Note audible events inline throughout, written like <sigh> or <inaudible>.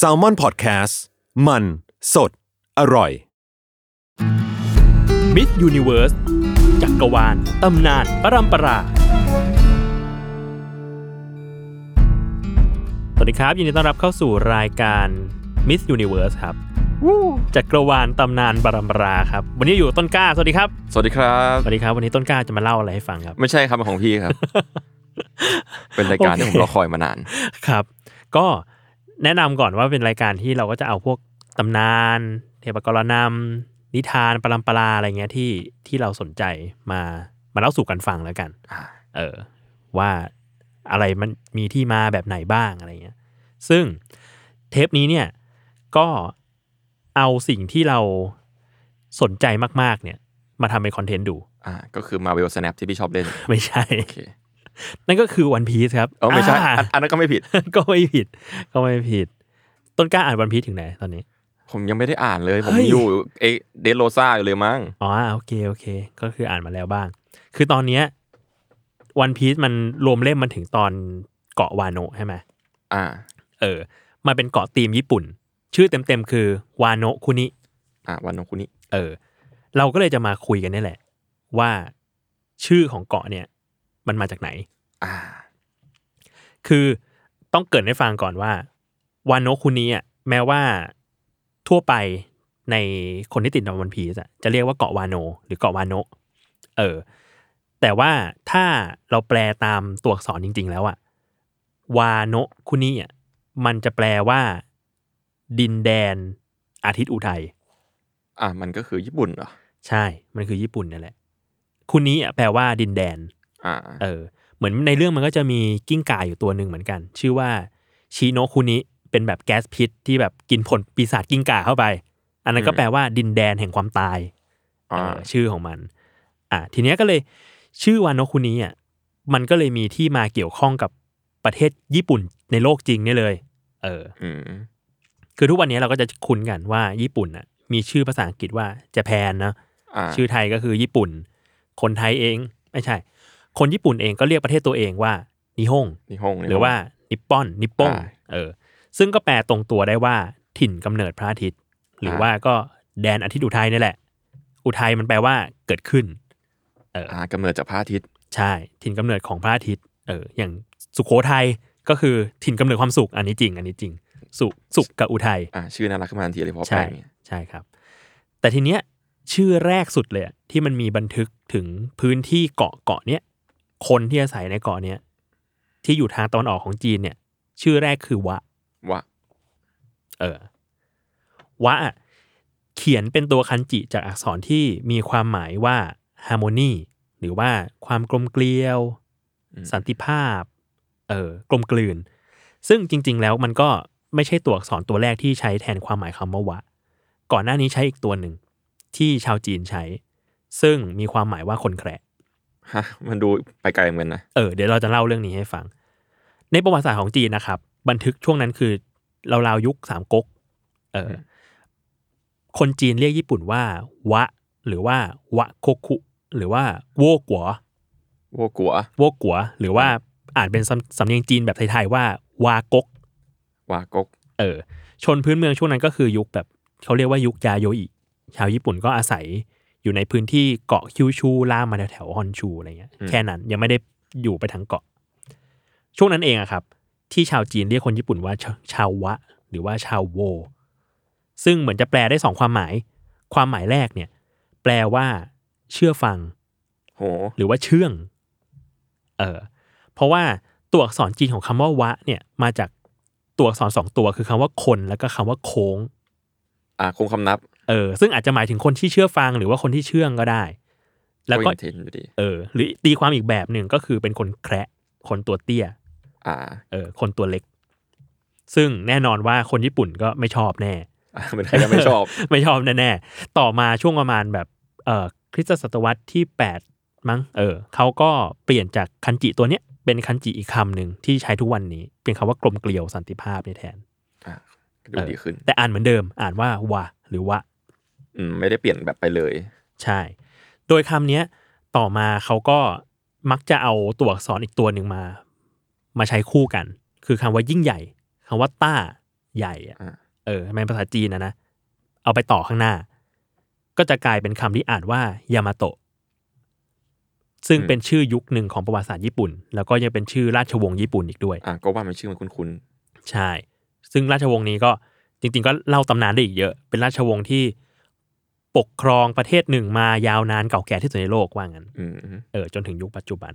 s a l m o n PODCAST มันสดอร่อย มิสยูนิเวิร์สจักรวาล ตำนาน ปรัมปรา สวัสดีครับ ยินดีต้อนรับเข้าสู่รายการมิสยูนิเวิร์สครับจักรวาล ตำนานปรัมปราครับ วันนี้อยู่ต้นกล้า สวัสดีครับ สวัสดีครับ สวัสดีครับ วันนี้ต้นกล้าจะมาเล่าอะไรให้ฟังครับ ไม่ใช่ครับเป็นของพี่ <laughs> ครับ เป็นรายการที่ โอ ผ เค มรอคอยมานาน ครับ ก็แนะนำก่อนว่าเป็นรายการที่เราก็จะเอาพวกตำนาน เทพกรนำนิทานปรัมปราอะไรเงี้ยที่ที่เราสนใจมามาเล่าสู่กันฟังแล้วกัน อ่า เออว่าอะไรมันมีที่มาแบบไหนบ้างอะไรเงี้ย ซึ่งเทปนี้เนี่ยก็เอาสิ่งที่เราสนใจมากๆเนี่ยมาทำเป็นคอนเทนต์ดู <laughs> อ่า ก็คือมาเวลสแนปที่พี่ชอบเล่น ไม่ใช่ โอเค นั่นก็คือวันพีซครับ เออไม่ใช่ อ่า อัน อันนั้นก็ไม่ผิด <laughs> ก็ไม่ผิด ก็ไม่ผิด ต้นกล้าอ่านวันพีซถึงไหนตอนนี้ ผมยังไม่ได้อ่านเลย ผม เฮ้ย อยู่เอเดโรซาอยู่เลยมั้ง อ๋อโอเคโอเค ก็คืออ่านมาแล้วบ้าง คือตอนเนี้ยวันพีซมันรวมเล่มมันถึงตอนเกาะวาโนะใช่ไหม อ่า เออ มันเป็นเกาะธีมญี่ปุ่น ชื่อเต็มๆคือวาโนะคุนิ อ่า วันของคุณนี้ เออ เราก็เลยจะมาคุยกันนี่แหละ ว่าชื่อของเกาะเนี่ย มันมาจากไหน อ่า คือต้องเกริดให้ฟังก่อนว่าวาโนะคุนิอ่ะแม้ว่าทั่วไปในคนที่ติดดอมวันพีซอ่ะจะเรียกว่าเกาะวาโนะหรือเกาะวาโนะเออ แต่ว่าถ้าเราแปลตามตัวอักษรจริง ๆ แล้วอ่ะวาโนะคุนิอ่ะมันจะแปลว่า ดินแดนอาทิตย์อุทัย อ่า มันก็คือญี่ปุ่นเหรอ ใช่ มันคือญี่ปุ่นนั่นแหละ คุนิอ่ะแปลว่าดินแดน อ่า เออเหมือนในเรื่องมันก็จะมีกิ้งก่าอยู่ตัวหนึ่งเหมือนกัน ชื่อว่าชิโนคุนิเป็นแบบแก๊สพิษที่แบบกินผลปีศาจกิ้งก่าเข้าไป อันนั้นก็ อืม แปลว่าดินแดนแห่งความตาย อ่า เออชื่อของมัน อ่ะทีเนี้ยก็เลยชื่อวานโนคุนิอ่ะมันก็เลยมีที่มาเกี่ยวข้องกับประเทศญี่ปุ่นในโลกจริงเนี่ยเลย เออ อืม คือทุกวันนี้เราก็จะคุ้นกันว่าญี่ปุ่นอ่ะมีชื่อภาษาอังกฤษว่าจแพนนะ อ่า ชื่อไทยก็คือญี่ปุ่น คนไทยเอง ไม่ใช่ คนญี่ปุ่นเองก็เรียกประเทศตัวเองว่านิฮง นิฮงนิฮง หรือว่านิปปอนนิปปง อ่า เออ ซึ่งก็แปลตรงตัวได้ว่าถิ่นกำเนิดพระอาทิตย์ หรืออา ว่าก็แดนอาทิตย์อุทัยนี่แหละ อุทัยมันแปลว่าเกิดขึ้น อ่ากำเนิดจากพระอาทิตย์ ใช่ ถิ่นกำเนิดของพระอาทิตย์ เออ อย่างสุโขทัยก็คือถิ่นกำเนิดความสุข อันนี้จริง อันนี้จริง สุขสุขกับอุทัย อ่า ชื่อน่ารักขึ้นมาทันทีเลยเพราะแปล ใช่ งเนี่ย ใช่ครับ แต่ทีเนี้ยชื่อแรกสุดเลยอะที่มันมีบันทึกถึงพื้นที่เกาะเกาะเนี้ยคนที่อาศัยในเกาะเนี้ยที่อยู่ทางตะวันออกของจีนเนี่ย ชื่อแรกคือวะ วะ เออวะอะเขียนเป็นตัวคันจิจากอักษรที่มีความหมายว่าฮาร์โมนีหรือว่าความกลมเกลียว อืม สันติภาพ เออกลมกลืน ซึ่งจริง ๆ แล้วมันก็ไม่ใช่ตัวอักษรตัวแรกที่ใช้แทนความหมายคำว่าวะ ก่อนหน้านี้ใช้อีกตัวหนึ่งที่ชาวจีนใช้ ซึ่งมีความหมายว่าคนแคระ ฮะ มันดูไปไกลเหมือนกันนะ เออเดี๋ยวเราจะเล่าเรื่องนี้ให้ฟัง ในประวัติศาสตร์ของจีนนะครับ บันทึกช่วงนั้นคือเราราวๆยุคสามก๊กเอออ ม คนจีนเรียกญี่ปุ่นว่า วะ หรือว่าวะโคคุ หรือว่าโวกัว โวกัว โวกัว หรือว่าอ่านเป็นสำสำเนียงจีนแบบไทยๆว่าวากก วากก เออชนพื้นเมืองช่วงนั้นก็คือยุคแบบเขาเรียกว่ายุคยาโยอิชาวญี่ปุ่นก็อาศัยอยู่ในพื้นที่เกาะคิวชูล่ามมาแถวๆฮอนชูอะไรเงี้ย อืม แค่นั้นยังไม่ได้อยู่ไปทางเกาะ ช่วงนั้นเองอะครับ ที่ชาวจีนเรียกคนญี่ปุ่นว่าชาชาววะ หรือว่าชาวโว ซึ่งเหมือนจะแปลได้สองความหมาย ความหมายแรกเนี่ย แปลว่า เชื่อฟัง โห หรือว่าเชื่อง เออ เพราะว่าตัวอักษรจีนของคำว่าวะ เนี่ย มาจากตัวอักษรสองตัวคือคำว่าคนแล้วก็คำว่าโค้ง อ่าคงคำนับ เออ ซึ่งอาจจะหมายถึงคนที่เชื่อฟังหรือว่าคนที่เชื่องก็ได้ แล้วก็ ยังเทนอยู่ดี เออ หรือตีความอีกแบบหนึ่งก็คือเป็นคนแคระคนตัวเตี้ย อ่า <laughs> เออ คนตัวเล็ก ซึ่งแน่นอนว่าคนญี่ปุ่นก็ไม่ชอบแน่ อ่ะเป็นใครก็ไม่ชอบ ไม่ชอบแน่ๆ ต่อมาช่วงประมาณแบบเอ่อคริสตศตวรรษที่ 8 มั้งเออเขาก็เปลี่ยนจากคันจิตัวเนี้ยเป็นคันจิอีกคำหนึ่งที่ใช้ทุกวันนี้ เป็นคำว่ากลมเกลียวสันติภาพเนี่ยแทน อ่ะดูดีขึ้น แต่ <laughs> อ่านเหมือนเดิมอ่านว่าวะหรือวะ อืม ไม่ได้เปลี่ยนแบบไปเลย ใช่ โดยคำเนี้ยต่อมาเขาก็มักจะเอาตัวอักษรอีกตัวหนึ่งมา มาใช้คู่กัน คือคำว่ายิ่งใหญ่คำว่าต้าใหญ่อะ อ่า เออในภาษาจีนนะนะ เอาไปต่อข้างหน้า ก็จะกลายเป็นคำที่อ่านว่ายามาโตะซึ่งเป็นชื่อยุคหนึ่งของประวัติศาสตร์ญี่ปุ่น แล้วก็ยังเป็นชื่อราชวงศ์ญี่ปุ่นอีกด้วย อ่ะก็ว่ามันชื่อมันคุ้น ใช่ ซึ่งราชวงศ์นี้ก็จริง ๆ ก็เล่าตำนานได้อีกเยอะ เป็นราชวงศ์ที่ปกครองประเทศหนึ่งมายาวนานเก่าแก่ที่สุดในโลกว่างั้น ๆอืมอืม เออจนถึงยุคปัจจุบัน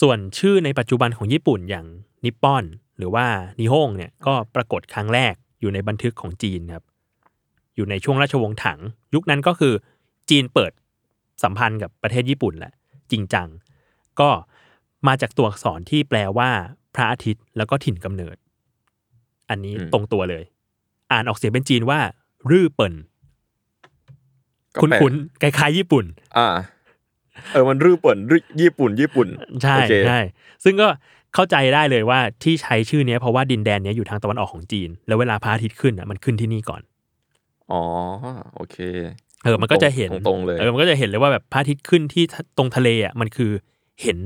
ส่วนชื่อในปัจจุบันของญี่ปุ่นอย่างนิปปอน หรือว่านิฮงเนี่ยก็ปรากฏครั้งแรกอยู่ในบันทึกของจีนครับ อยู่ในช่วงราชวงศ์ถัง ยุคนั้นก็คือจีนเปิดสัมพันธ์กับประเทศญี่ปุ่นแหละ จริงจัง ก็มาจากตัวอักษรที่แปลว่า พระอาทิตย์แล้วก็ถิ่นกำเนิด อันนี้ตรงตัวเลย อ่านออกเสียงเป็นจีนว่า รื่อเปิ่น ก็ คุ้น แปลก คุ้นๆคล้ายๆญี่ปุ่น อ่า เออ มันรื้อเปิ่นรื้อญี่ปุ่น ญี่ปุ่น ใช่ โอเค ใช่ซึ่งก็เข้าใจได้เลยว่าที่ใช้ชื่อเนี้ยเพราะว่าดินแดนเนี้ยอยู่ทางตะวันออกของจีน แล้วเวลาพระอาทิตย์ขึ้นอ่ะมันขึ้นที่นี่ก่อน อ๋อ โอเค เออมันก็จะเห็น ตรงๆเลย เออมันก็จะเห็นเลยว่าแบบพระอาทิตย์ขึ้นที่ตรงทะเลอ่ะมันคือเห็น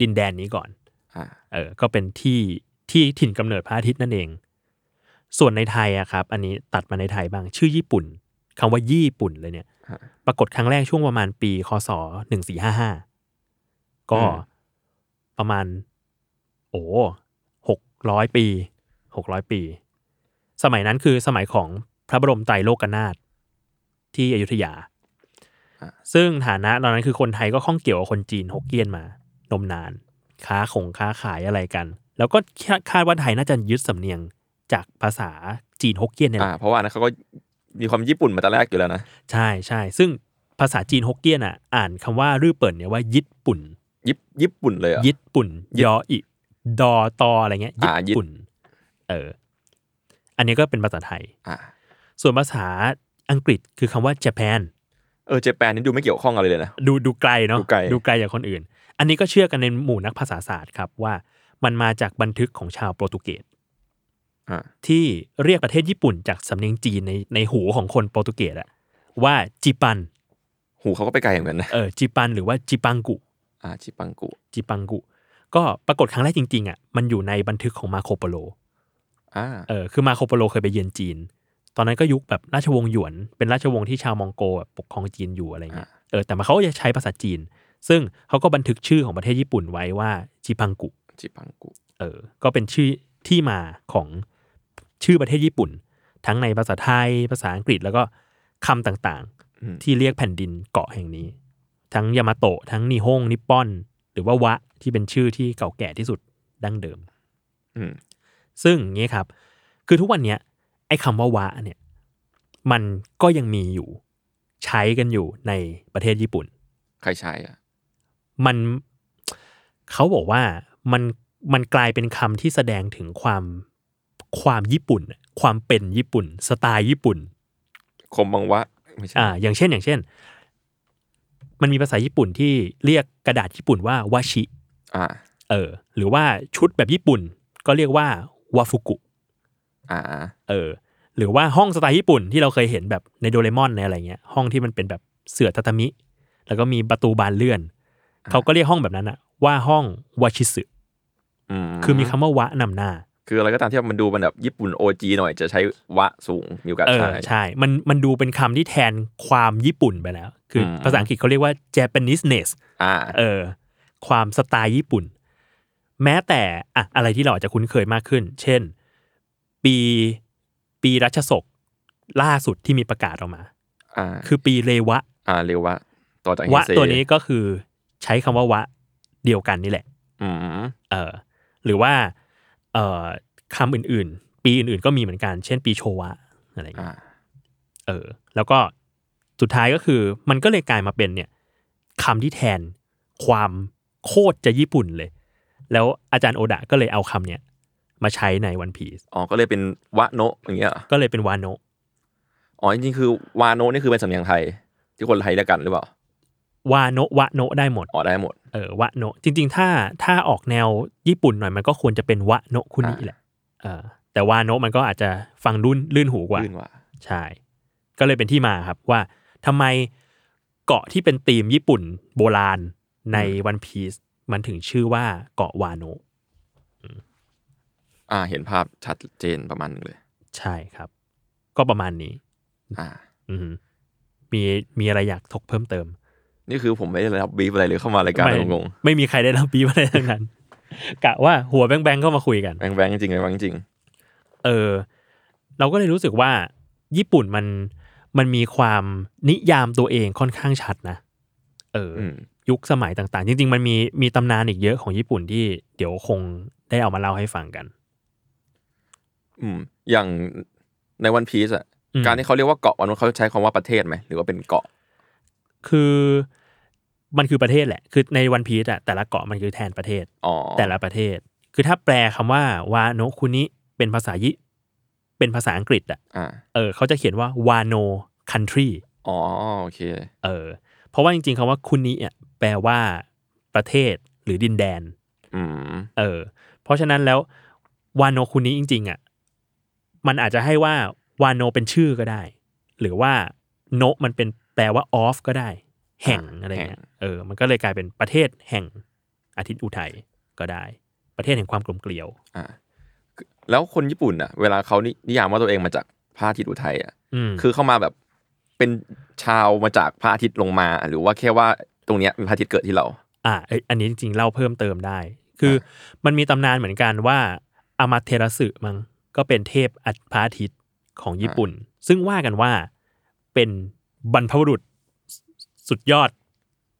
ดินแดนนี้ก่อน อ่า เออก็เป็นที่ที่ถิ่นกำเนิดพระอาทิตย์นั่นเอง ส่วนในไทยอะครับ อันนี้ตัดมาในไทยบ้างชื่อญี่ปุ่นคำว่าญี่ปุ่นเลยเนี่ย ฮะ ปรากฏครั้งแรกช่วงประมาณปีคศหนึ่งสี่ห้าห้าก็ อืม ประมาณ โอ้หกร้อยปีหกร้อยปี สมัยนั้นคือสมัยของพระบรมไตรโลกนาถที่อยุธยา ซึ่งฐานะตอนนั้นคือคนไทยก็ข้องเกี่ยวกับคนจีนฮกเกี้ยนมานมนาน ค้าของค้าขายอะไรกัน แล้วก็คาดคาดว่าไทยน่าจะยึดสำเนียงจากภาษาจีนฮกเกี้ยนเนี่ยแห อ่า ละ เพราะว่าอันนะเขาก็มีความญี่ปุ่นมาแต่แรกอยู่แล้วนะ ใช่ใช่ซึ่งภาษาจีนฮกเกี้ยนอ่ะอ่านคำว่ารือเปิ่นเนี่ยว่ายิดปุ่น ญี่ญี่ปุ่นเลยเหรอ่ะ ยิดปุ่น ยออิดอตออะไรเงี้ยยิ อ่ายิ ด ด ปุ่นเอออันนี้ก็เป็นภาษาไทย อ่า ส่วนภาษาอังกฤษคือคำว่า Japan เออ เจแปนนี่ดูไม่เกี่ยวข้องอะไรเลยนะ ดูดูไกลเนาะ ดูไกล ดูไกลจากคนอื่น อันนี้ก็เชื่อกันในหมู่นักภาษาศาสตร์ครับว่ามันมาจากบันทึกของชาวโปรตุเกส อ่า ที่เรียกประเทศญี่ปุ่นจากสำเนียงจีนในในหูของคนโปรตุเกสอะว่าจิปัน หูเขาก็ไปไกลเหมือนกันนะ เออจิปันหรือว่าจิปังกุ อ่า ชิปังกุ จิปังกุ ก็ปรากฏครั้งแรกจริงๆอะมันอยู่ในบันทึกของมาโคโปโล อ่า เออคือมาโคโปโลเคยไปเยือนจีน ตอนนั้นก็ยุคแบบราชวงศ์หยวน เป็นราชวงศ์ที่ชาวมองโกแบบปกครองจีนอยู่อะไรเงี้ย เออ แต่มาเขาก็จะใช้ภาษาจีน ซึ่งเขาก็บันทึกชื่อของประเทศญี่ปุ่นไว้ว่าจิพังกุ ชิปังกุ เออ ก็เป็นชื่อที่มาของชื่อประเทศญี่ปุ่น ทั้งในภาษาไทย ภาษาอังกฤษแล้วก็คำต่าง อืม ๆ ที่เรียกแผ่นดินเกาะแห่งนี้ ทั้งยามาโตะ ทั้งนิฮง นิปปอน หรือว่าวะที่เป็นชื่อที่เก่าแก่ที่สุดดั้งเดิม อืม ซึ่งอย่างนี้ครับ คือทุกวันเนี้ยไอ้คำว่าวะเนี่ย มันก็ยังมีอยู่ ใช้กันอยู่ในประเทศญี่ปุ่น ใครใช้อ่ะ มันเขาบอกว่ามันมันกลายเป็นคำที่แสดงถึงความความญี่ปุ่น ความเป็นญี่ปุ่น สไตล์ญี่ปุ่น คมบังวะ ไม่ใช่ อ่า อย่างเช่นอย่างเช่น มันมีภาษาญี่ปุ่นที่เรียกกระดาษญี่ปุ่นว่าวาชิ อ่า เออ หรือว่าชุดแบบญี่ปุ่น ก็เรียกว่าวาฟุกุ อ่า เออหรือว่าห้องสไตล์ญี่ปุ่นที่เราเคยเห็นแบบในโดเรมอนในอะไรเงี้ยห้องที่มันเป็นแบบเสื่อตาตามิ แล้วก็มีประตูบานเลื่อน เขาก็เรียกห้องแบบนั้นอะว่าห้องวาชิสึ อืม คือมีคำว่าวะนำหน้า คืออะไรก็ตามที่มันดูมันแบบญี่ปุ่นโอจีหน่อยจะใช้วะสูง มีโอกาส เออ ใช้ ใช่ มันมันดูเป็นคำที่แทนความญี่ปุ่นไปแล้ว คืออ ม ภาษาอังกฤษเขาเรียกว่า Japanese ness อ่า เออความสไตล์ญี่ปุ่น แม้แต่อะอะไรที่เราอาจจะคุ้นเคยมากขึ้น เช่น ปีปีรัชศกล่าสุดที่มีประกาศออกมา อ่า คือปีเรวะ อ่า เร็ววะ ต่อจากเฮ วะ เซ ตัวนี้ก็คือใช้คำว่าวะเดียวกันนี่แหละ อืม เออหรือว่าเออคำอื่นๆ ปีอื่นๆก็มีเหมือนกัน เช่นปีโชวะอะไรอย่าง อ่า เงี้ยเออ แล้วก็สุดท้ายก็คือมันก็เลยกลายมาเป็นเนี่ยคำที่แทนความโคตรจะญี่ปุ่นเลย แล้วอาจารย์โอดะก็เลยเอาคำเนี่ย มาใช้ในวันพีซ อ๋อก็เลยเป็นวะโนะอย่างเงี้ยเหรอ ก็เลยเป็นวาโนะ อ๋อจริงๆคือวาโนะนี่คือเป็นสำเนียงไทย ที่คนไทยเรียกกันหรือเปล่าว าโนะวะโนะได้หมด อ๋อได้หมด เออวะโนะจริง ๆ ถ้าถ้าออกแนวญี่ปุ่นหน่อยมันก็ควรจะเป็นวะโนะคุนิ อ่า แหละเออแต่วาโนะมันก็อาจจะฟังรุ่นลื่นหูกว่า ลื่นกว่า ใช่ ก็เลยเป็นที่มาครับว่าทำไมเกาะที่เป็นธีมญี่ปุ่นโบราณในวันพีซมันถึงชื่อว่าเกาะวาโนะ อ่า เห็นภาพชัดเจนประมาณหนึงเลย ใช่ครับ ก็ประมาณนี้ อ่า อือหือมีมีอะไรอยากถกเพิ่มเติม นี่คือผมไม่ได้รับบรีฟอะไรเลยเข้ามารายการ ไม่ งง ไม่มีใครได้รับปีอะไรทั้งนั้น กะว่าหัวแบงแบงๆเข้ามาคุยกัน ๆแบงค์แบงค์จริงๆแบงค์จริง เออเราก็เลยรู้สึกว่า ญี่ปุ่นมันมันมีความนิยามตัวเองค่อนข้างชัดนะ เอออ อืม ยุคสมัยต่างๆ จริง ๆ มันมีมีตำนานอีกเยอะของญี่ปุ่นที่เดี๋ยวคงได้เอามาเล่าให้ฟังกัน อืม อย่างในวันพีซอะ อืม การที่เขาเรียกว่าเกาะวันนั้นเขาใช้คำว่าประเทศไหมหรือว่าเป็นเกาะ คือมันคือประเทศแหละ คือในวันพีซอะแต่ละเกาะมันคือแทนประเทศ อ๋อ แต่ละประเทศ คือถ้าแปลคำว่าวาโนคุนิเป็นภาษายิเป็นภาษาอังกฤษอะ อ่า เออเขาจะเขียนว่าวาโนคันทรี อ๋อโอเค เออเพราะว่าจริงๆคำว่าคุนิอ่ะแปลว่าประเทศหรือดินแดน อืม เออ เพราะฉะนั้นแล้ววานโนคุนิจริงๆอ่ะมันอาจจะให้ว่าวานโนเป็นชื่อก็ได้ หรือว่าโนะมันเป็นแปลว่าออฟก็ได้ แห่งอะไรเงี้ยเออ มันก็เลยกลายเป็นประเทศแห่งอาทิตย์อุทัยก็ได้ ประเทศแห่งความกลมเกลียว อ่า แล้วคนญี่ปุ่นอะเวลาเขานินิยามว่าตัวเองมาจากพระอาทิตย์อุทัยอะ อืม คือเข้ามาแบบเป็นชาวมาจากพระอาทิตย์ลงมา หรือว่าแค่ว่าตรงเนี้ยมีพระอาทิตย์เกิดที่เรา อ่าเอ้ยอันนี้จริงๆเล่าเพิ่มเติมได้ คืออมันมีตำนานเหมือนกันว่าอามาเทราสึมังก็เป็นเทพอัพระอาทิตย์ของญี่ปุ่น ซึ่งว่ากันว่าเป็นบรรพบุรุษสสุดยอด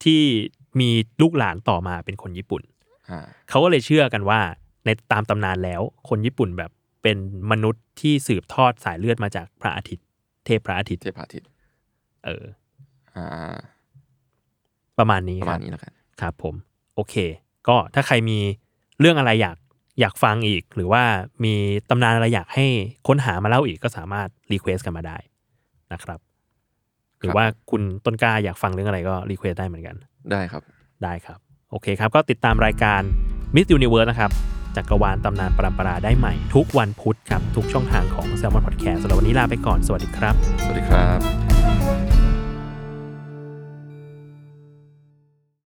ที่มีลูกหลานต่อมาเป็นคนญี่ปุ่น อ่า เขาก็เลยเชื่อกันว่าในตามตำนานแล้วคนญี่ปุ่นแบบเป็นมนุษย์ที่สืบทอดสายเลือดมาจากพระอาทิตย์ เทพพระอาทิตย์ เทพพระอาทิตย์ เออ อ่า ประมาณนี้ ประ ค มา รั ณ บ นี้แล้วกัน ครับผม โอเค ก็ถ้าใครมีเรื่องอะไรอยากอยากฟังอีก หรือว่ามีตำนานอะไรอยากให้ค้นหามาเล่าอีกก็สามารถรีเควสกันมาได้นะครับ หรือว่าคุณต้นกล้าอยากฟังเรื่องอะไรก็รีเควสได้เหมือนกัน ได้ครับ ได้ครับ โอเคครับ ก็ติดตามรายการ Miss Universe นะครับ จักรวาลตำนานปรำปราได้ใหม่ ทุกวันพุธครับ ทุกช่องทางของ Salmon Podcast สำหรับวันนี้ลาไปก่อน สวัสดีครับ สวัสดีครับ